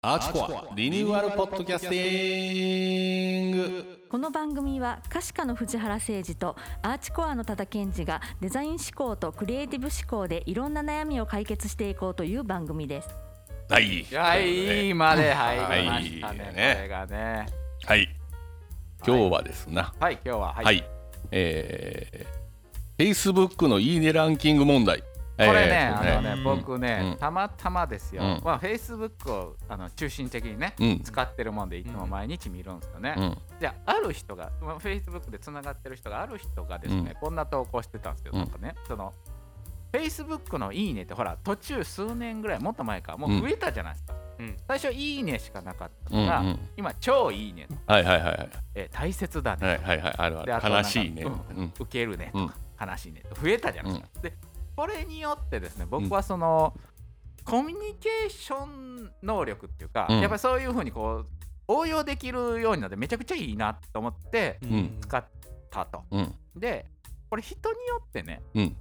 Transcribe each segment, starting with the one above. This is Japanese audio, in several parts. アーチコアリニューアルポッドキャスティングこの番組は可視化の藤原誠二とアーチコアの多田健二がデザイン思考とクリエイティブ思考でいろんな悩みを解決していこうという番組ですはいはい、まで入りまはいしたね、ねこれがね。はい今日はですなはい、今日は、は。はいい、えー、Facebook のいいねランキング問題ここれね、あのねね、僕ね、うんたまたまですよ。うんまあ、Facebook をあの中心的にね、うん使ってるもんで、いつも毎日見るんですよね。うんじゃあ、ある人が、まあ、Facebook でつながってる人がある人がですね、うんこんな投稿してたんですよ。うんなんかね、その、Facebook のいいねって、ほら、途中数年ぐらい、もっと前か、もう増えたじゃないですか。うん最初、いいねしかなかったうんうかんら、今、超いいね、はいはいはいえー大切だね、はいはいはいあるでああとるなん悲かしいねうんうん受けるねうとんか、悲しいねとか増えたじゃないですか。でこれによってですね僕はその、コミュニケーション能力っていうか、うんやっぱりそういうふうにこう応用できるようになってめちゃくちゃいいなと思ってん使ったと。うんでこれ人によってね、うん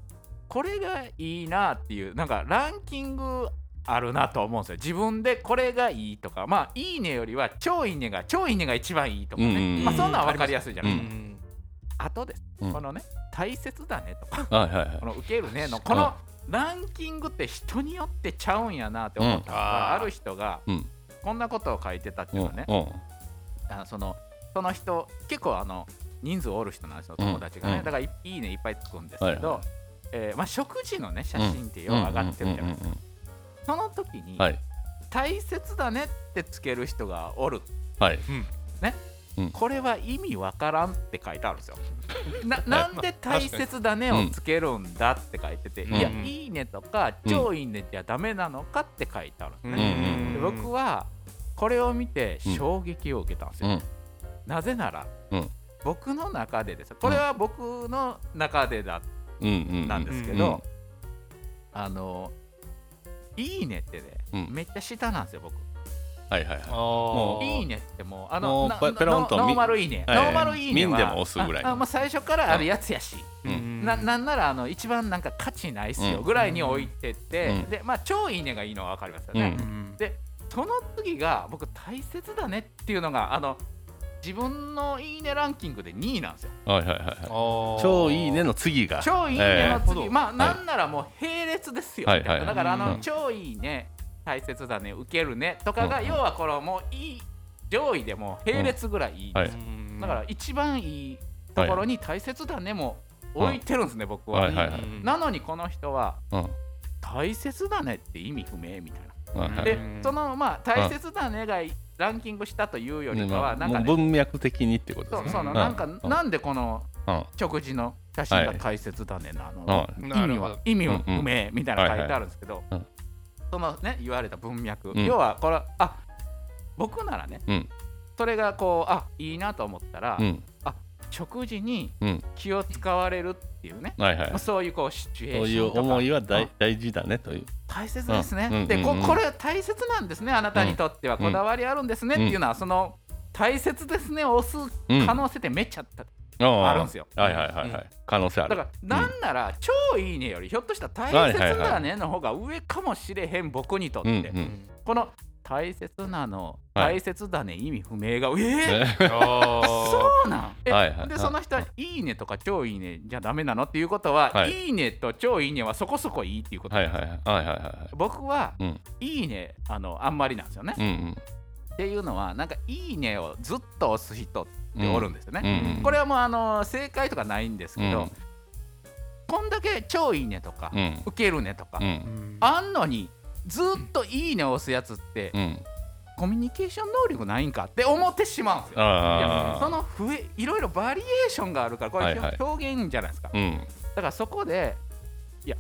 これがいいなっていうなんかランキングあるなと思うんですよ自分でこれがいいとかまあいいねよりは超いいねが超いいねが一番いいとかね、うんまあ、そんなん分かりやすいじゃないですかうあとです、うんこのね大切だねとかはいはいはいこの受けるねのこのランキングって人によってちゃうんやなって思ったのが、うんある人がうんこんなことを書いてたってういんううのはね、んあのそのその人結構あの人数おる人なんですようん友達がね、うんだからいいいねいっぱいつくんですけど、はいはえーまあ、食事のね写真ってよく上がってるじゃないですか、うんうんうんその時に、うんはい大切だねってつける人がおるはいこれは意味わからんって書いてあるん ですよ。ななんで大切だねをつけるんだって書いてて、うんいや、うんいいねとか、うん超いいねじゃダメなのかって書いてあるんですうんね。んで僕はこれを見て衝撃を受けたんですうよ。んなぜなら、うん僕の中でですこれは僕の中でだうんうんなんですけど、あのいいねってね、うんめっちゃ下なんですよ僕。はいはいはいもいいねってもうあもうのなペペロンとノーみノーマルいいね、はいノーマルいいねは見んでも押すぐらいああもう最初からあるやつやし、うななんならあの一番なんか価値ないっすようんぐらいに置いてって、うんでまあ超いいねがいいのは分かりますよね、でその次が僕大切だねっていうのがあの自分のいいねランキングで2位なんですよはいはいはいはい超超いいねの次が超いいねの次、ええまあなんならもう並列ですよ、はいはいはいだからあの、うん超いいね大切だね受けるねとかが、うん要はこのもういい上位でもう並列ぐらいいい、はいだから一番いいところに大切だねも置いてるんですね、僕は、はいはいはいなのにこの人はうん大切だねって意味不明みたいはいはな。いで、うんそのまあ大切だねがランキングしたというよりかは、なんもうか、ね、文脈的にってことそですね。うそうのなんか、なんでこのうんうん食事の写真が大切だねなの、は意味は意味はうんうん不明みたいなの書いてあるんですけど、いはいうんそのね言われた文脈、うん要はこれあ僕ならねうんそれがこうあいいなと思ったら、うん食事にうん気を使われるっていうね、はいはいまあ。そういうこうシチュエそーうシいうョンとか思いは大あ大事だねという。大切ですね、うんでこうんうんこれは大切なんですねあなたにとってはうんこだわりあるんですねっていうのは、その大切ですねを押す可能性ってめっちゃあった、ああるんですよはいはいはいはい。可能性あだる。かうんらなんなら超いいねよりひょっとしたら大切はいはいはないねの方が上かもしれへん僕にとっうんうてん。この大切なのはい大切だね意味不明がえーねそうなんえはいはいでその人は「いいね」とか「超いいね」じゃダメなのっていうことは「はいい、いね」と「超いいね」はそこそこいいっていうこ とはなんいですはいはいはいはいは僕は、うんいいねあのあんまりなんですよね。い。うんっていうのはなんかいいねをずっと押す人っておるんですようんね。うん。これはもうあの正解とかないんですけど、うんこんだけ超いいねとか、うん受けるねとか、うんあんのにずっといいねを押すやつって、うん。コミュニケーション能力ないんかって思ってしまうんですよ。いやあそあ。の増えいろいろバリエーションがあるからこはれいはい表現じゃないですか、うんだからそこでいや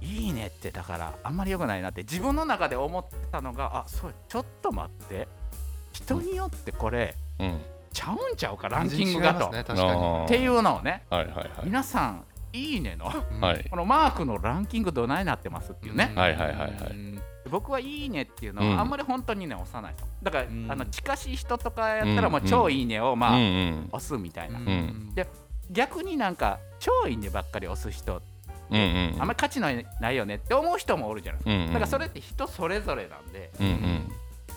いいねってだからあんまり良くないなって自分の中で思ったのがあそうちょっと待って人によってこれうん。ちゃうんちゃうかランキングがと、っていはうのをねいはいはい。皆さんいいねのはいこのマークのランキングどないなってますっていうね、はいはいはいはい僕はいいねっていうのうんはあんまり本当にね押さないとだから、うんあの近しい人とかやったらもううん超いいねをまあ、うんうん押すみたいな、ん逆になんか超いいねばっかり押す人、うんうん。あんまり価値のないよねって思う人もおるじゃないですか、うんうんだからそれって人それぞれなんでうんうん。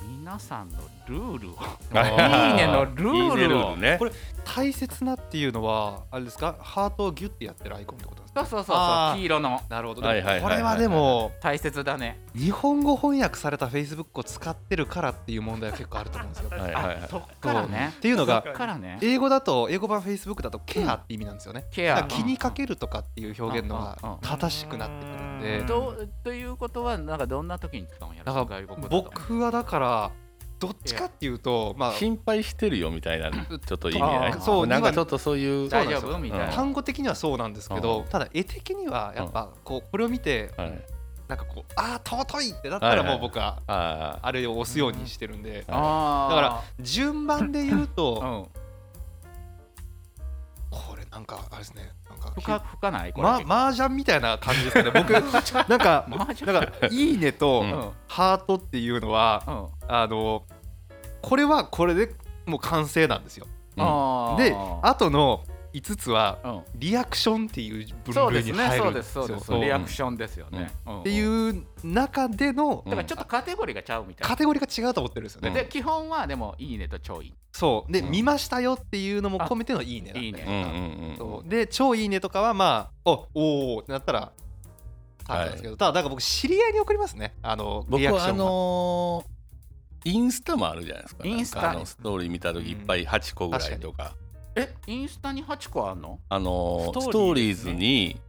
みん皆さんのルールをあいいねのルールを いいねねこれ大切なっていうのはあれですかハートをギュッてやってるアイコンってことですかそうそうそうそあうー黄色のなるほど、はいはいはいでもはいこれはでも大切だね日本語翻訳された Facebook を使ってるからっていう問題は結構あると思うんですよはいはいはいあそっからねっていうのがそっからね英語だと英語版 Facebook だとケアって意味なんですよね、ケだかアら気にかけるとかっていう表現のうんうんうがん正しくなってくるんでうんとということはなんかどんな時に使うんやろだか外国だと僕はだからどっちかっていうとまあ心配してるよみたいなちょっと意味あ合ーいそうなんかちょっとそういう大は丈そう夫なんみたいな単語的にはそうなんですけうどんただ絵的にはやっぱこうこれを見ていなんかこうああ尊いってなったらもう僕はああれを押すようにしてるんであだか順番で言うら、とうん、これなんかあれですねなんか深深ないこれ、ま麻雀みたいな感じですかね 僕なんか麻雀なんかいいねとうんハートっていうのはうんあのこれはこれでもう完成なんですよあーで後の5つはうんリアクションっていう分そうで類すにね入そるうんでですすそようですそうリアクションですよね、っってういう中でのだからちょっとカテゴリーがちゃうみたいなカテゴリーが違うと思ってるんですよね。うんで基本はでも「いいね」と「ちょいそうで、うん見ましたよっていうのも込めてのいいねなんでいいねあうんうんうんそうで超いいねとかはまあおおーってなったらあったんですけど、ただなんか僕知り合いに送りますねあの僕リアクはシあョンはのーインスタもあるじゃないですかインスタなんかあのストーリー見た時いっぱい8個ぐらいとか,、」えインスタに8個あんのあのースストトーーリリーーズに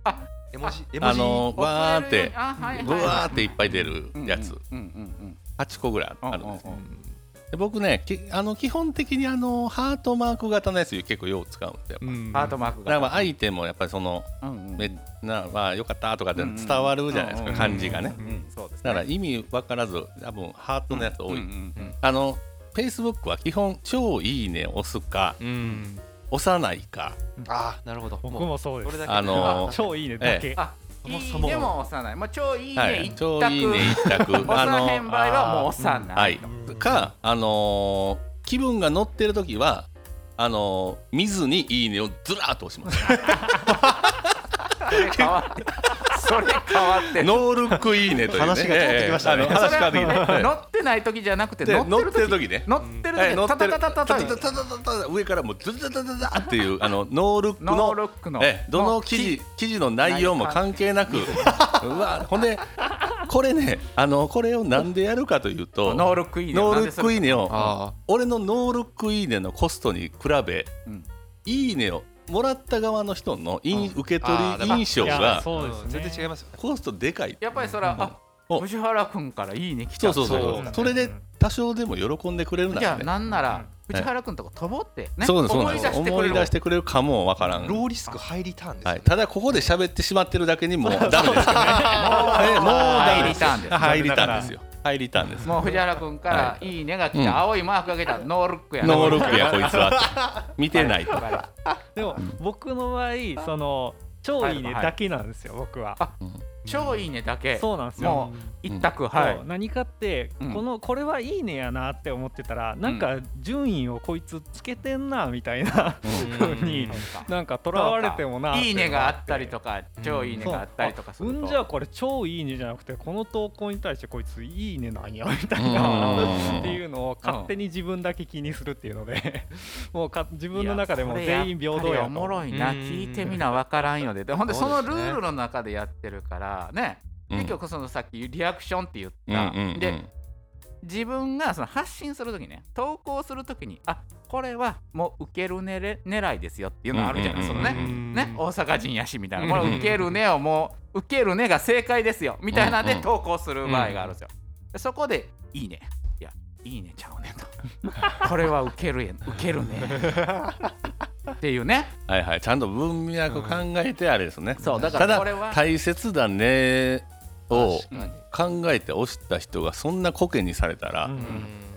絵文字絵文あ字、のーわーってあはいはいぶわーっていっぱい出るやつ、うんうん8個ぐらいあるんですううねんで僕ねきあの基本的にあのハートマーク型のやつ結構よう使うんですようだんうんハートマークがからまあ相手もやっぱりそのうんうんめなまあよかったとかって伝わるじゃないですか、うんうん感じがね、うんうんそうですねだから意味わからず多分ハートのやつ多い、うんうんうんあの Facebook は基本超いいね押すかうん押さないかあーなるほど僕もうもそうでそれすだけあのー超いいねだけあそいもいそもねも押さないまあ超いいはねい一、択超いいね一択押さへん場合はもう押さあなのいはいかあのー気分が乗ってる時はあのー見ずにいいねをずらーっと押しますそれ変わってそれ変わってノールックいいねというね話が通ってきましたえねえあの話それが通ってきては乗ってない時じゃなくてで乗乗っってる時ねて乗ってるええ乗時ってタタるタタタタタタタタタタ上からもうズズズズズズっていうあのノールックノーのルックのええどの記事記事の内容も関係なくうわほんでこれねあのこれをなんでやるかというとノールックいいねノールックいいねをあ俺のノールックいいねのコストに比べ、うんいいねをもらった側の人の印、うん受け取あーだりから印象いやがそうーですんね全然違いますよねコストでかいやっぱりそれは、おあ藤原君からいいね来そたうそうそうそうそれで多少でも喜んでくれるなんじゃあて、ね、なんならうん藤原君とこ飛ぼうってねそうなんですそうな思んいです出してく思れいる出してくれるかもわからん、ローリスクハイリターンですよはねい、ただここで喋ってしまってるだけにもうダメですよね えもうダメですよハイリターンですハイリターンですよハイリターンです もう藤原君からいいねが来うんた青いマークが来たノールックやノールックやこいつは 見てないとはでも僕の場合その超いいねだけなんですよ僕はあ超いいねだけそうなんですよもう一択はいそう何かってうんこのこれはいいねやなって思ってたらなんか順位をこいつつけてんなみたいなうんふうにそうかなんかとらわれてもなっていいねがあったりとか超いいねそうがあったりとかするうんとじゃあこれ超いいねじゃなくてこの投稿に対してこいついいねなんやみたいうんなっていうのを勝手に自分だけ気にするっていうのでもうか自分の中でもう全員平等いややおもとろいなうん聞いてみなわからんよねでほんでそそうでのすねルールの中でやってるからねうん結局そのさっきリアクションって言っうんうんうたんで自分がその発信するときね投稿するときにあこれはもう受けるねれ狙いですよっていうのあるじゃないうんそうんのうんねうんね大阪人やしみたいなうんこれ受けるねをもう受けるねが正解ですよみたいなんうでん投稿する場合があるんですよでそこでいいねいやいいねちゃうねと これは受けるやん受けるねっていうねはいはい、ちゃんと文脈考えてあれですね。そうだからたこれだは大切だねを確かに考えて押した人がそんなコケにされたら、うんうん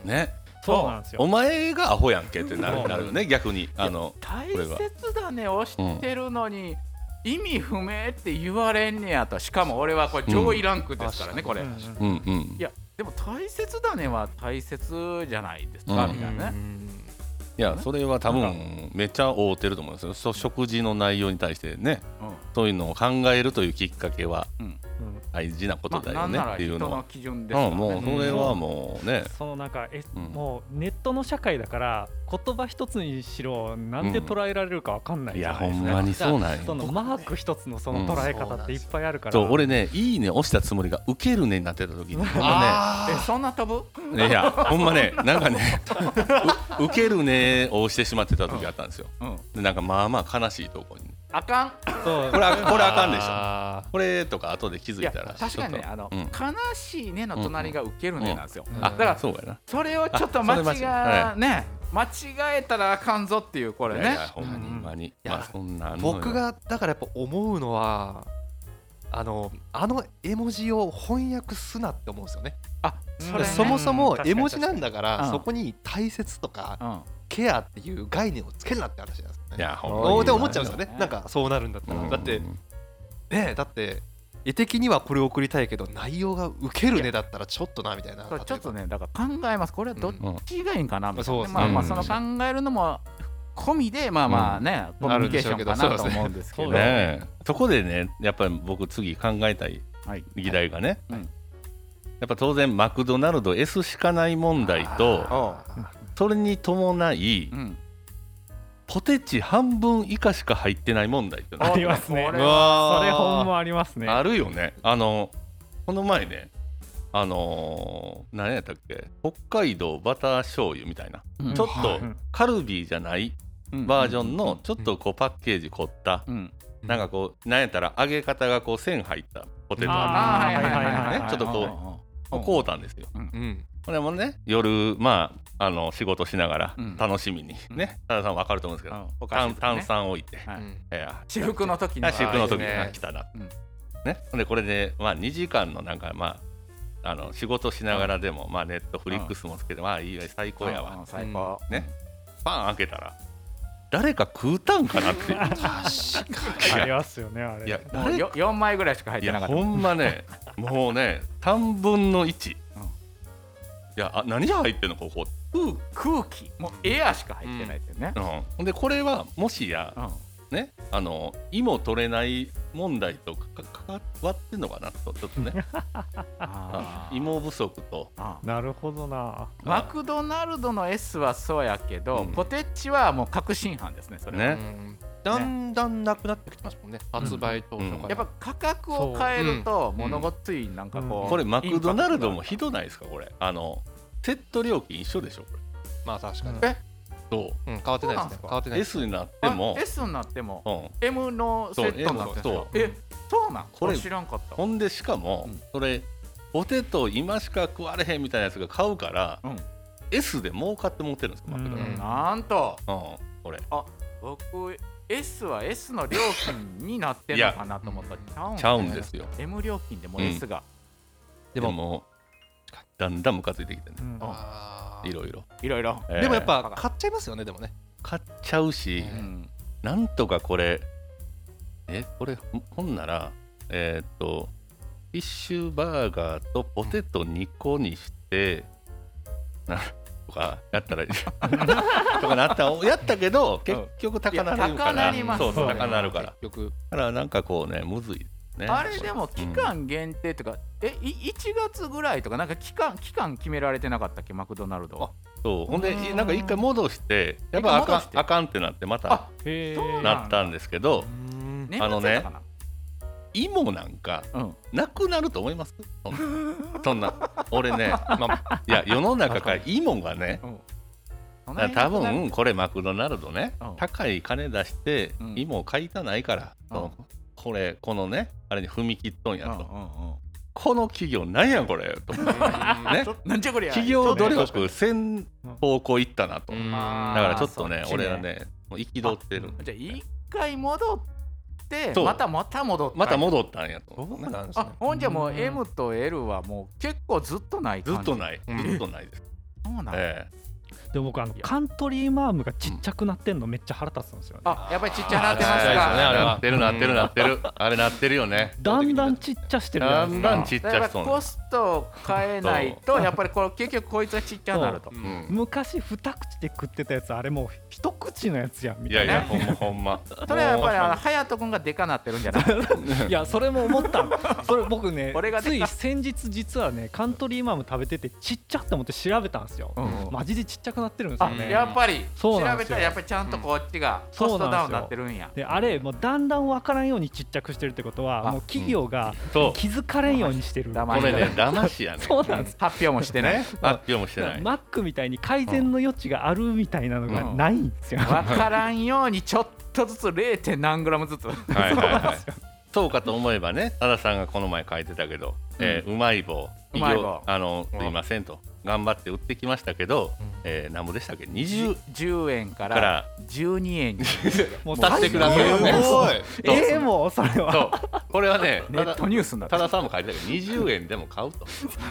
ね、そうなんですおよ前がアホやんけってなそるうなるよね逆にあの大これは切だね押してるのに意味不明って言われんねやとしかも俺はこれ上位ランクですからねこれうんうんうんうんいやでも大切だねは大切じゃないですか、うんみたいなね、いやそれは多なん分めっちゃ合うてると思うんですよそ食事の内容に対してねうんそういうのを考えるというきっかけはうんうん大事なことだまあよねなんならっていう人のはの。基準ですからうねん、もうそれはもうね、そのなんかえ、うんもうネットの社会だから言葉一つにしろなんで捉えられるかわかんないいじゃやなほいでんすか、まにそうなんそよ。のマーク一つのその捉え方っていっぱいあるから、そう俺ね「いいね」押したつもりが「ウケるね」になってた時にほんまあえーそんな飛ぶねいやほんまねなんかね「ウウケるね」を押してしまってた時があったんですよ。うんでなんかまあまあ悲しいとこにあかんそうこれあこれあかんでしょ。あこれとか後で気づいいやたら確かにねちょっとあの、うん悲しいねの隣がウケるねなんですよ、うんだかあらそうやな。それをちょっと間違あそれ間違えね間違えたらあかんぞっていうこれいやいねやほんまにほんまに。やまあそんなあんのよ僕がだからやっぱ思うのはあのあの絵文字を翻訳すなって思うんですよねあそれねそもそも確かに絵文字なんだから確かにそこに大切とかうんケアっていう概念をつけるなって話なんですよいねやほんまにおーって思っちゃうんですよねうんなんかそうなるんだったら、うんだってねだって絵的にはこれを送りたいけど内容がウケるねだったらちょっとなみたいなそうちょっとねだから考えますこれはどっちがいいんかなみたいそうな、ですねまあまあうんその考えるのも込みでまあまあね、うんコミュニケーションかあるでなんとしょうけど思うんですけどそうですねえそこでねやっぱり僕次考えたいはい議題がね、はいやっぱ当然マクドナルド S しかない問題とおうそれに伴いうんポテチ半分以下しか入ってない問題っていうのあがりますねこれうはそそれほんまありますねあるよねあのこの前ねあのー何やったっけ北海道バター醤油みたいなうんちょっとうんカルビーじゃないバージョンのちょっとこうパッケージ凝ったうんうんなんかこうなんやったら揚げ方がこう線入ったポテトあるあはーいはいはいはいねちょっとこううんこうたんですようんこれもね夜まああの仕事しながらうん楽しみに、うんね多田さんわかると思うんですけど、うんお菓炭子とかね炭酸置いて、はいうんいや私服の時にあ私服の時いいねあ来たな、うんねほんでこれでまあ2時間のなんかまああの仕事しながらでも、まあネットフリックスもつけて、まあいいよ最高やうんうわん、最高ねパン開けたら誰か食うたんかな っていうあいりやますよねあれいやもう誰よ4枚ぐらいしか入っいてなやかっほたんまねもう ね3分の1、うんいやあ何が入ってんのここ、空空気もうエアしか入ってないですよねうん、ほんでこれはもしや、うんね、あの芋取れない問題とかかわってんのかなとちょっとねあー芋不足とあーなるほどなマクドナルドの S はそうやけど、うんポテチはもう確信犯ですねそれはねうんだんだんなくなってきてますもんね発売当初からやっぱ価格を変えると物ごっついなんかこう、うんこれマクドナルドもひいどないですかこれあのセット料金一緒でしょこまあ確かにえれそうん変わってないですねそう変なわってうないです S になってもあ、S になってもうん、 M のセットになってるんですそうよえそうなんここれれ知らんかったほんでしかも、うんそれポテト今しか食われへんみたいなやつが買うから、うん S で儲かって持ってるんですよマクドナルうんなんとド、うんこれ僕 S は S の料金になってんのかなと思ったらちゃうんちゃうんですよ M 料金でもうん S がでももうだんだんムカついてきてねうんあーいろいろ、いろいろ、えーでもやっぱ買っちゃいますよねでもね買っちゃうし、ううんん、なんとかこれ、え、これ、ほほんなら、えーっと、フィッシュバーガーとポテト2個にして、なとか、やった ら、とかなった、やったけど、結局高なるかいや高なら、りますそうそう、ね高なるから。結局だから、なんかこうね、むずいね。あれでも期間限定とか、えい1月ぐらいとかなんか期間期間決められてなかったっけマクドナルドはそうほんで、うんなんか一回戻して、やっぱあ一回戻かしてんあかんってなって、またあへえそうなったんですけど、年あの末ねやったか芋なんか、な、うん、なくなると思いますそんなそんな俺ね、まあ、いや世の中からいいもんがねうんだから多分これマクドナルドね、うん高い金出してうん芋を買いたないから、うんそのこれこのねあれに踏み切っとんやうんと、うんうんこの企業なんやこれとねちょっとなんじゃこりゃ企業努ちょっ力せん方向行ったなと、うんだとからちょっとねあーそっち俺らねもう憤ってるあじゃあ一回戻ってそうまたまた戻ってまた戻ったんやとど思ううね、なんですあかほんじゃもううん M と L はもう結構ずっとないずっといないうんずっとないです、そうなん、えでも僕あのいやカントリーマームがちっちゃくなってんのめっちゃ腹立つんですよねあやっぱりちっちゃなってますえあーかねあれはなってるなってるなってるあれなってるよねだんだんちっちゃしてるじゃだないですんかだんちっちだかゃらしそうコストを変えないとやっぱりこれ結局こいつはちっちゃくなるとううんん昔二口で食ってたやつあれもう一口のやつやんみいやたいいなや、ほんまほんま。それはやっぱりあの隼人君がでかなってるんじゃない いやそれも思ったのそれ僕ね俺が出つたい先日実はねカントリーマアム食べててちっちゃって思って調べたんですよ、うんマジでちっちゃくなってるんですよあねやっぱりそ調うなんでべすたよらやっぱりちゃんとこっちがコそスうなトんですダよウンになってるんやであれもうだんだん分からんようにちっちゃくしてるってことはあもう企業がそう、気づかれんようにしてる、だまこれね、騙しやね。そうなんです発表もしてね発表もしてない。マックみたいに改善の余地があるみたいなのがうんないんですよ、分からんようにちょっとずつ 0. 何グラムずつはいはいはい。そうかと思えばね、多田さんがこの前書いてたけど、えーうまい棒、うまい棒医療あのすいませんと、頑張って売ってきましたけど、えー、なんぼでしたっけ、20 10円かからら12円にもう足してくださいすごいええもうそれはそう、これはね、 ネたッだトニュースになって多る田さんも書いてたけど、20円でも買うと。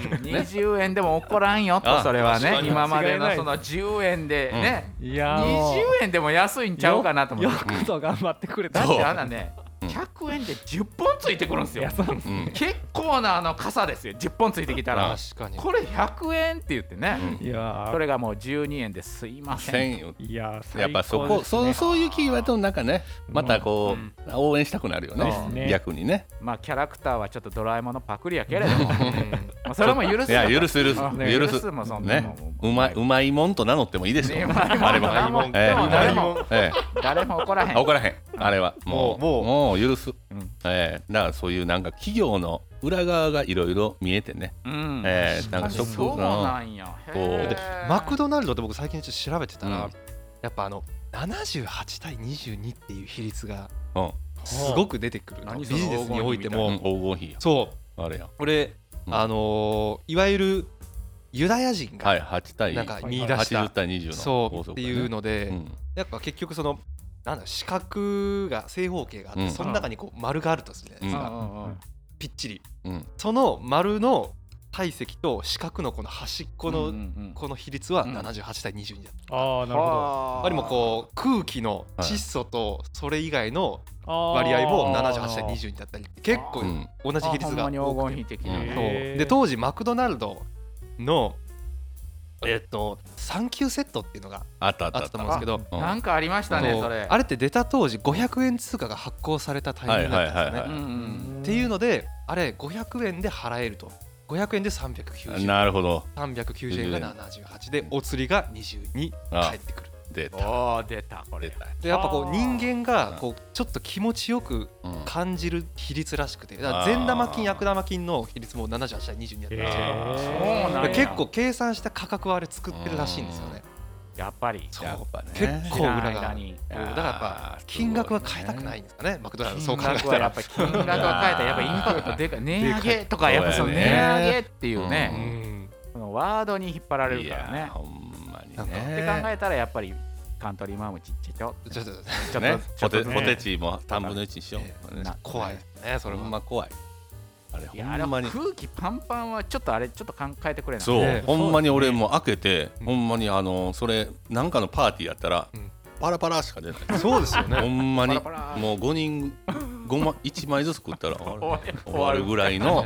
20円でも怒らんよとあそれは確ねかに今まで間違いなのいその10円でね、いや20もう円でも安いんちゃうかなと思よってよくぞ頑張ってくれただっっててあんなねうん100円で10本ついてくる んですいよやそうなんですうん結構なあの傘ですよ10本ついてきたら確かにこれ100円って言ってね、うんいやそれがもう12円ですいません1000円いや最高やっぱそこ、ですそうねそういうキーワードの中ねまたこう、応援したくなるよですねね逆にねまあキャラクターはちょっとドラえもんのパクリやけれ ども、まあそれも許すいや許す許すあね許許すすもんそんなもねんうまいうまいもんと名乗ってもいいですねようまいもんあれうまいもんはええうまいもんええ誰も怒らへんあ怒らへんあれはもうもうもう許すんええだからそういうなんか企業の裏側がいろいろ見えてねうんええなんかショックそうなんやこうへえマクドナルドって僕最近ちょっと調べてたら、うんやっぱあの78対22っていう比率がうんすごく出てくるの何ビそのジネスにおいてうもん黄金比やそうあれやこれ、うんあのーいわゆるユダヤ人はいが8対なんか見出した、 80対20のそうっていうので、うんやっぱ結局そのなんだ四角が正方形があって、うんその中にこう丸があるとするじゃないですうか、んうんうんぴっちりうんその丸の体積と四角のこの端っこの、うんうんこの比率はうん78対22だった、ああなるほどややっぱりもうこう空気の窒素とそれ以外の割割合も78対22だったり結構うん同じ比率がほんまに黄多金く比て的うんな、そうへーで当時マクドナルドのえっと3級セットっていうのがあったあったあったと思うんですけどうんなんかありましたねそうそれあれって出た当時500円通貨が発行されたタイミングだったんはですいはいはよいねうんううんっていうのであれ500円で払えると500円で390円なるほど390円が78でお釣りが22あ返ってくる出たおー出たこ出れたでやっぱこあうー人間がこうちょっと気持ちよくうん感じる比率らしくてだからあー善玉菌悪玉菌の比率も78対22だったんへですよーそうなんだからや結構計算した価格はあれ作ってるらしいんですよねやっぱりそうやっぱね結構知らん裏が間あるにだからやっぱ金額は変えたくないんですかねマクドナルドそう考え金額はたやらっぱり金額は変えたらやっぱインパクトでかい値上げとかやっぱそのそう値やね上げっていうねううんんそのワードに引っ張られるからいやねほんまになんかって考ねえたらやっぱりカントリーマームちっちゃいちょちょっとねちょっとねちポょっとテねポテチも3分の1にしよねう、ねな怖いですねそそれれもほんまま怖いあれいほやあれんまはに空気パンパンはちょっとあれちょっと考えてくれないそう、ねほんまに俺もう開けて、うんほんまにあのそれなんかのパーティーやったら、うんパラパラしか出ないあそうですよほねんまにパラパラもう5人五枚1枚ずつ食ったら終わ終わるる終わるぐらいの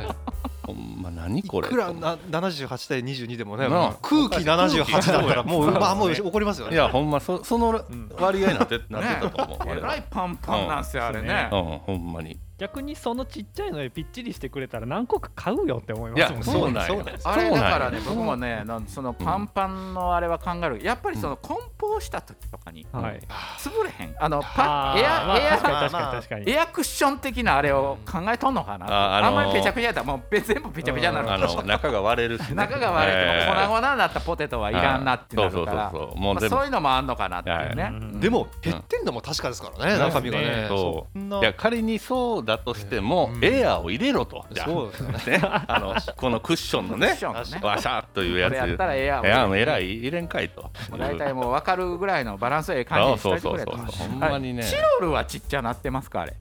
ほんま何こ いれくらな78対22でもねなあ空気78だったらもう空気まあもう怒りますよいねやほんまそそのん割合なって,、なってたねと思うえあれはらいパンパンなんすよあれねうんほんまに逆にそのちっちゃいのでぴっちりしてくれたら何個か買うよって思いますもんねいやそうなんやそうなんですあれだからねそう僕もねなんそのパンパンのあれは考えるやっぱりその梱包した時とかにはい潰れへんあのあパーエまあ確アかに確かに確かエアにエアクッション的なあれを考えとんのかなあああのーんまりペチャペチャやったらもうべ全部ペチャペチャになあるの中が割れるしね、中が悪いえとーか粉々になったポテトはいらんなってなるかあーそうそうらそうそうもうまあ全部、そういうのもあんのかなっていうはねいうんでも減ってんのも確かですからね、うん中身がね。そんなういや仮にそうだとしても、うんエアーを入れろとじゃあそうですよね。ね、あのこのクッションのクッねションのねわしゃっというこやつれやったらエアエアーーもえらい入れんかいとも大体もう分かるぐらいのバランスええ感じあにしとそいうてそくうれそうとはいほんまにねチロルはちっちゃなってますかあれ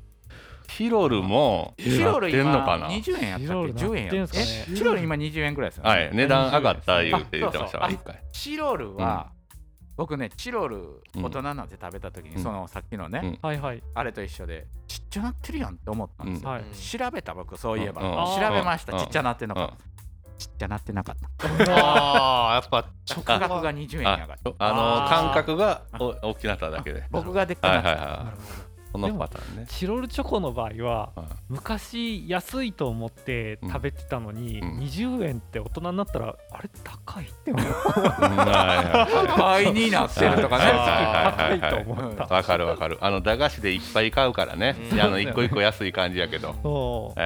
チロルもチロなっルてんの今かな20円やったっけチロ10ル円なってやんっすたかえねチロル今20円ぐらいですよねはい値段上がった言うて言ってましたわあ一そう回チロルは僕ねチロルうん大人になって食べた時うにんそのさっきのうんねはいはいあれと一緒でちっちゃなってるやんって思ったんですよはいうん調べた僕そういえばうんう調んべましたうんちっちゃなってんのかうちっちゃなってなかったああ、やっぱ直価格が20円に上がったあのあー感覚がお大きくなっただけで。僕がでっかくはいなはっいた、なはるい。ほどこのパターンね。チロルチョコの場合ははい昔安いと思って食べてたのに、うん20円って大人になったらあれ高いって思ううんはいはい倍になってるとかねはいはい高いはいとはい思った、うんわかるわかる。あの駄菓子でいっぱい買うからね。うんあの一個一個安い感じやけど。そえ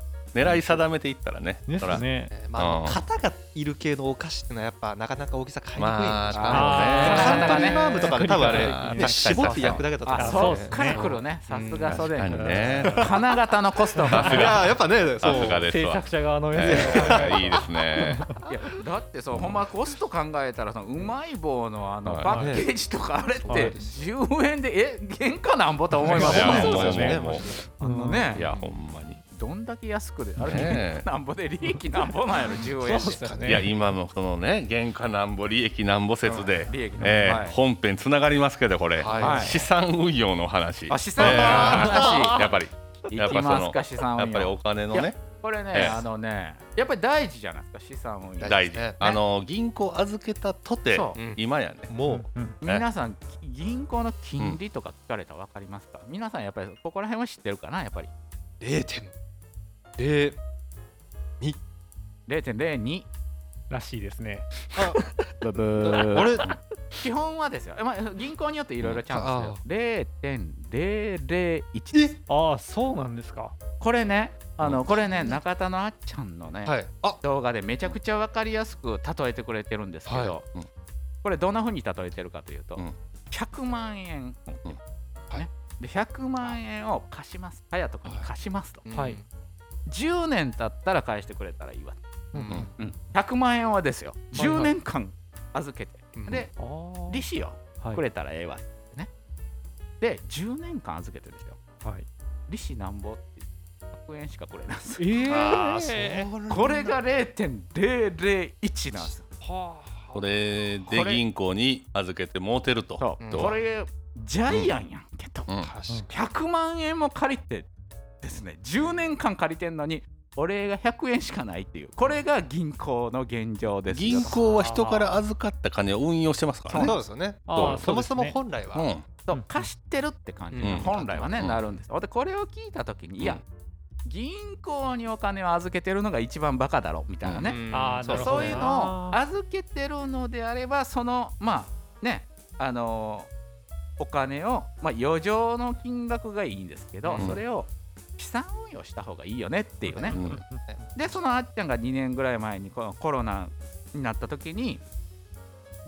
ー狙い定めていったらね。うですそらねえーまああうんの、型がいる系のお菓子ってのはやっぱなかなか大きさ買いにくいんでしょうまねああーカントリーマームとかで多分あなかなかれ、ねね、絞って焼くだけだとあ思そんうでから来るねさすがそ確れかにね。金型のコストがいやーやっぱね、そさすがう。です 制わ作。者側のやえーいいですね。いやだってそうほんまコスト考えたらそのうまい棒のあのはいパッケージとかあれっはいて10円でえ原価なんぼと思いますいやもんもうですよねもうもうつあのねいやほんまに。どんだけ安くであれねえ原価なんぼで利益なんぼなんやろ10円そうっすよねいや今のこのね原価なんぼ利益なんぼ説でうん利益なんぼえはーい本編つながりますけどこれはい資産運用の話あ資産運用の話えーやっぱりいやっきぱそますのか資産やっ運ぱりお用金のいねやこれええねあのねやっぱり大事じゃないですか資産運用大です事ねねあの銀行預けたとてそううん今やねもう、うんね皆さん銀行の金利とか聞かれたら分かりますか皆さんやっぱりここら辺は知ってるかなやっぱり0.0 0.02らしいですねあれ基本はですよ、まあ、銀行によっていろいろちゃうんですけど0.001えああそうなんですかこれねあうのこれね中田のあっちゃんのね、はい。あ動画でめちゃくちゃ分かりやすく例えてくれてるんですけど、はうんこれどんなふうに例えてるかというと、うん100万円、うんはいね、で100万円を貸します隼人君に貸しますと、はい10年経ったら返してくれたらいいわうんん100万円はですよはいはい10年間預けて、うんでああ利子をはいくれたらええわってね、で10年間預けてですよはい利子なんぼって100円しかくれないんですよええあーそー、うこれが0.001なんですよはあこれこでれ銀行に預けて持てるとそううんこれジャイアンやんけと、うん確かに100万円も借りてですね10年間借りてんのにお礼が100円しかないっていうこれが銀行の現状ですよ銀行は人から預かった金を運用してますからねそうですよね。あーそもそもそうですね本来は、うんそう貸してるって感じうんに本来はね、うんなるんですよでこれを聞いた時に、うんいや銀行にお金を預けてるのが一番バカだろみたいなね、うんあーそなるほどそうねいうのを預けてるのであればそのまあねあのーお金を、まあ、余剰の金額がいいんですけど、うんそれを資産運用した方がいいよねっていうね、うんでそのあっちゃんが2年ぐらい前にこのコロナになった時に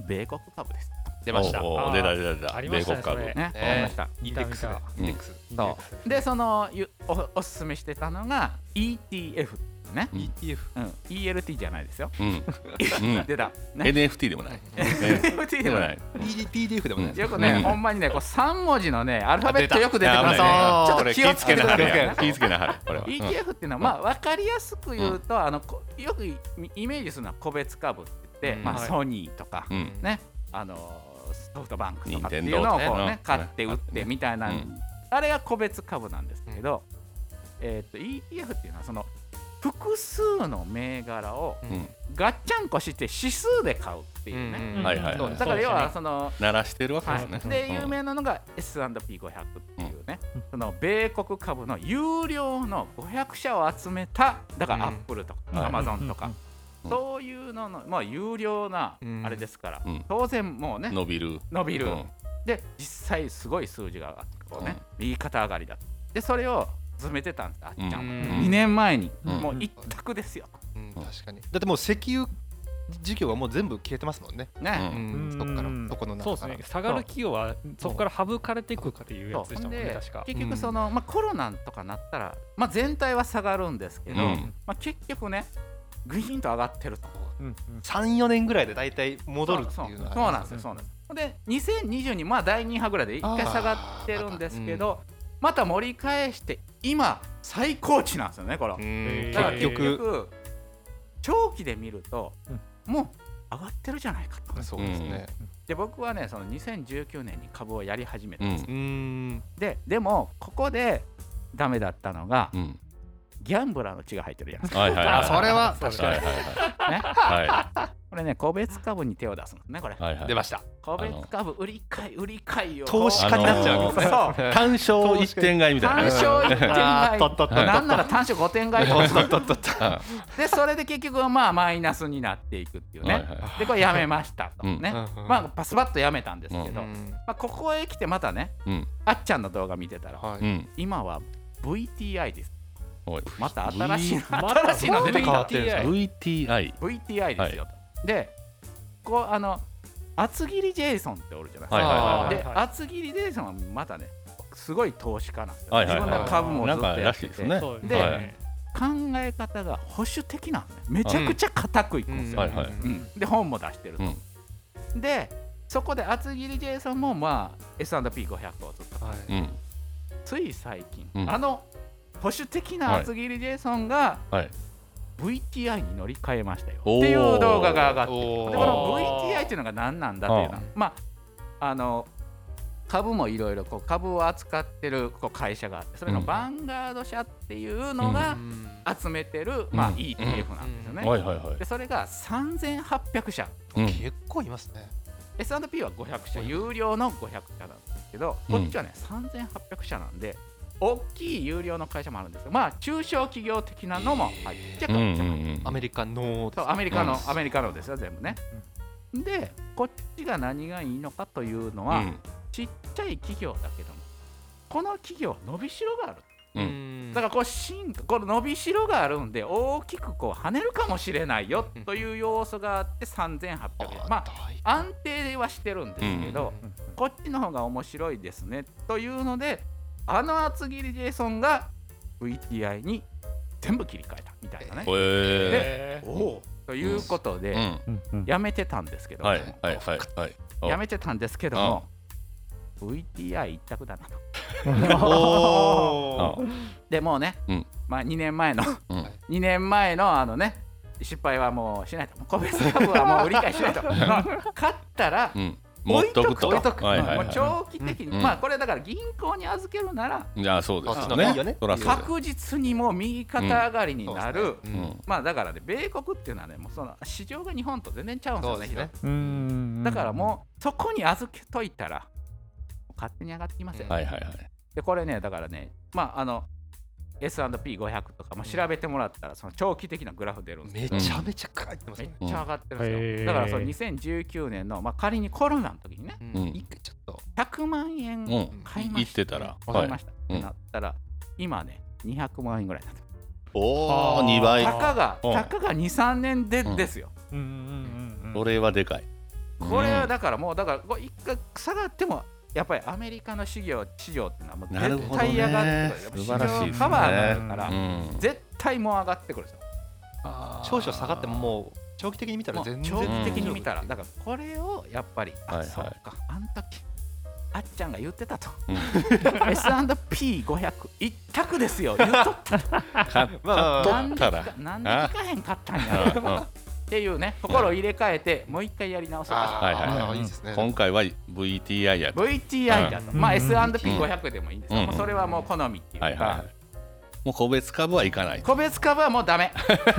米国株です出ました。おうおうあー出た出た出たありま米した国株ねそれね、えーわかりましたインデックスが。うんインデックス。そうでそのゆおおすすめしてたのが ETF ね、うん ETF。うん、ELT じゃないですよ、うん うん出た、ね、 NFT でもない NFT ででももなないい PDF でもないですよくね、うんほんまにねこう3文字のねアルファベットよく出てくるんであち危ょっことれ気気をぃつつけけてなくだはされいねや気ぃつけなはれこれは ETF っていうのは、まあ、分かりやすく言うと、あのこよくイイメージするのは個別株って言っうて、んまあ、はいソニーとか、うんうんねあのソフトバンクとかっていうの任をこう、天堂とかねね買って売ってみたいな、うんあれが個別株なんですけど、えー、と ETF っていうのはその複数の銘柄をうんガッチャンコして指数で買うっていうね、うんはいはいそうですだから要はその鳴らしてるわけですはねい、で有名なのが S&P500 っていうね、うんその米国株の有料の500社を集めただからうアんップルとかはいアマゾンとうかんうんそういうのの、まあ、有料なうんあれですから、うん当然もうね伸びる伸びる、うんで実際すごい数字が上がってこうね、うん右肩上がりだでそれを詰めてたんですあっちゃんは、うん2年前に、うんもう一択ですよ、うん確かに。だってもう石油事業はもう全部消えてますもんね。ね、うんうんそこからそこのそう中ですから。ね下がる企業はそこから省かれていくっていうやつでしそたうもんね確か結局その、まあ、コロナとかなったら、まあ、全体は下がるんですけど、うんまあ、結局ねグイーンと上がってるとうんうん三四年ぐらいで大体戻るっていうのそうは。そうなんですよそうなんですよで2020にまあ第2波ぐらいで一回下がってるんですけどまた盛り返して今最高値なんですよねこれは、うんだから結結局局長期で見ると、うんもう上がってるじゃないかとそうですね。で僕はねその2019年に株をやり始めたんです、ううん。ででもここでダメだったのがうんギャンブラーの血が入ってるじゃないですはいはいはいあそれは そう確かはいにはいはかこれね個別株に手を出すんですねこれいはいはい出ました個別株売り買い売り買いを投資家になっちゃうわけですね そう単勝一点買いみたいな単ね勝一点あーと買っとっとっといなんなら単勝5点買いとかとっ とっとっとでそれで結局はまあマイナスになっていくっていうね、はいはでこれやめましたと、うんね、うんまあパスパッとやめたんですけど、うんまあ、ここへ来てまたねうんあっちゃんの動画見てたら、はいうん今は VTI ですおいまた新しいのまた新しいの出てき変わたってるんです VTI VTI ですよと、でこうあの厚切りジェイソンっておるじゃないですか、はいはいで厚切りジェイソンはまたねすごい投資家なんですよ、はいはいはい自分の株もずなっんとかやらっしいてですて、ねそうですでねはい考え方が保守的なんですねめちゃくちゃ硬くいくんですよ、はいはいうんで本も出してると、でそこで厚切りジェイソンもまあ S&P500 をずっとはいうんつい最近、うんあの保守的な厚切りジェイソンがはい VTI に乗り換えましたよっておーいう動画が上がっておでーこの VTI っていうのが何なんだっていうのはあまああの株もいろいろこう株を扱ってるこう会社があってそれのうんヴァンガード社っていうのがうん集めてる、まあ、うん ETF なんですよね、はいはいはいでそれが3800社うん結構いますね S&P は500社有料の500社なんですけどこっちはね、3800社なんで大きい有料の会社もあるんですよまあ中小企業的なのも入ってうんうんちうょこちょこんアメリカのそうアメリカの、うんアメリカのですよ全部ね、でこっちが何がいいのかというのは、ちっちゃい企業だけどもこの企業は伸びしろがあるうんうんだからこう進化この伸びしろがあるんで大きくこう跳ねるかもしれないよという要素があって3800円まあ大安定はしてるんですけど、こっちの方が面白いですねというのであの厚切りジェイソンが VTI に全部切り替えたみたいなね。うんへえおおということで、えうんーうんやめてたんですけど、はいはいはいはいおやめてたんですけども VTI 一択だなと。あおでもうね、うんまあ、2年前の うん2年前のあのね失敗はもうしないともう個別株はもう売り買いしな いと勝ったらうん持置っいととくくととはいはいもはう長期的に、うんまあこれだから銀行に預けるならいじゃあそうですよあっちの方がいいよねねそらそうです確実にもう右肩上がりになる、ううんんまあだからね米国っていうのはねもうその市場が日本と全然ちゃうんですそようねですねうんだからもうそこに預けといたら勝手に上がってきますよ、はいはいはいでこれねだからねまああの S&P500 とかも調べてもらったらその長期的なグラフ出るんですよめちゃめちゃ書いてますめっねちゃ上がってるんうんですよへーだからその2019年のまあ仮にコロナの時にねうんうん一回ちょっと100万円うん買いま言っしたてたら買いました、いうんなったら今ね200万円ぐらいになってるおあおー2倍たかがうんたかが23年でうんですようんうんうんうんこれはでかいこれはだからもうだからこれ一回下がってもやっぱりアメリカの市業市場っていうのはもうなるほ絶どね対上がってく素る晴らしいですね市場カバーになるから、うん絶対もう上がってくるんですよ少々下がってももう長期的に見たらもう全然長期然的に見たら、だからこれをやっぱり、はいあはいそっか、あん時あっちゃんが言ってたと、うん S&P500 一択で すよ、言っとった買っまあた取ったらなんで聞かへんかったんやうんうんっていうね、心を入れ替えて、もう一回やり直そうあかーはいはいはいあーいいですね今回は VTI やと VTI だと、うんまあ、うん S&P500 でもいいんですよ、うんもうそれはもう好みっていうか、はいはいはいもう個別株はいかない個別株はもうダメ、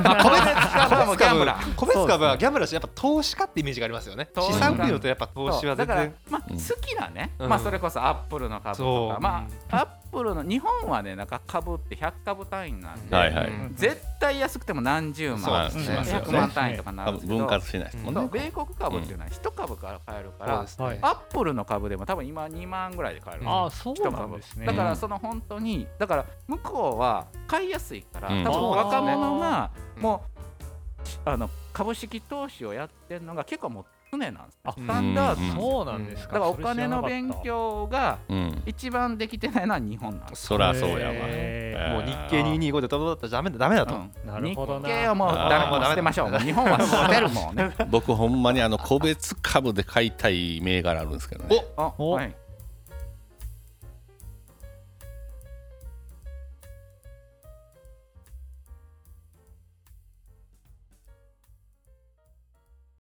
あ個別株はもうギャンブラ ー個別株はギャンブラーしやっぱ投資家ってイメージがありますよね投資家資産運用とやっぱ投資そうはだ全から然、まあ、うん好きなね、うんまあ、それこそアップルの株とそか、うまあ、アップルの日本はね、なんか株って100株単位なんで、はいはいうん絶対安くても何十万、そうですね100万単位とかな多るんです分けど、分割しないですもんそうね米国株っていうのは1株から買えるかそうらで、すはねいアップルの株でも多分今2万ぐらいで買えるんですよあーそうなんですねだからその本当にだから向こうは買いやすいから、うん多分若者がうんもう、あの株式投資をやってるのが結構もう常なんですあスタンダードなんですよそうなんでだすかからお金の勉強がうん一番できてないのは日本なんですそらそうやわへえーーもう日経225で飛ぶだったらダメだダメだと、うんなるほどな日経はもうダメあーもう捨てましょう日本は捨てる もんね僕ほんまにあの個別株で買いたい銘柄あるんですけどねあおはい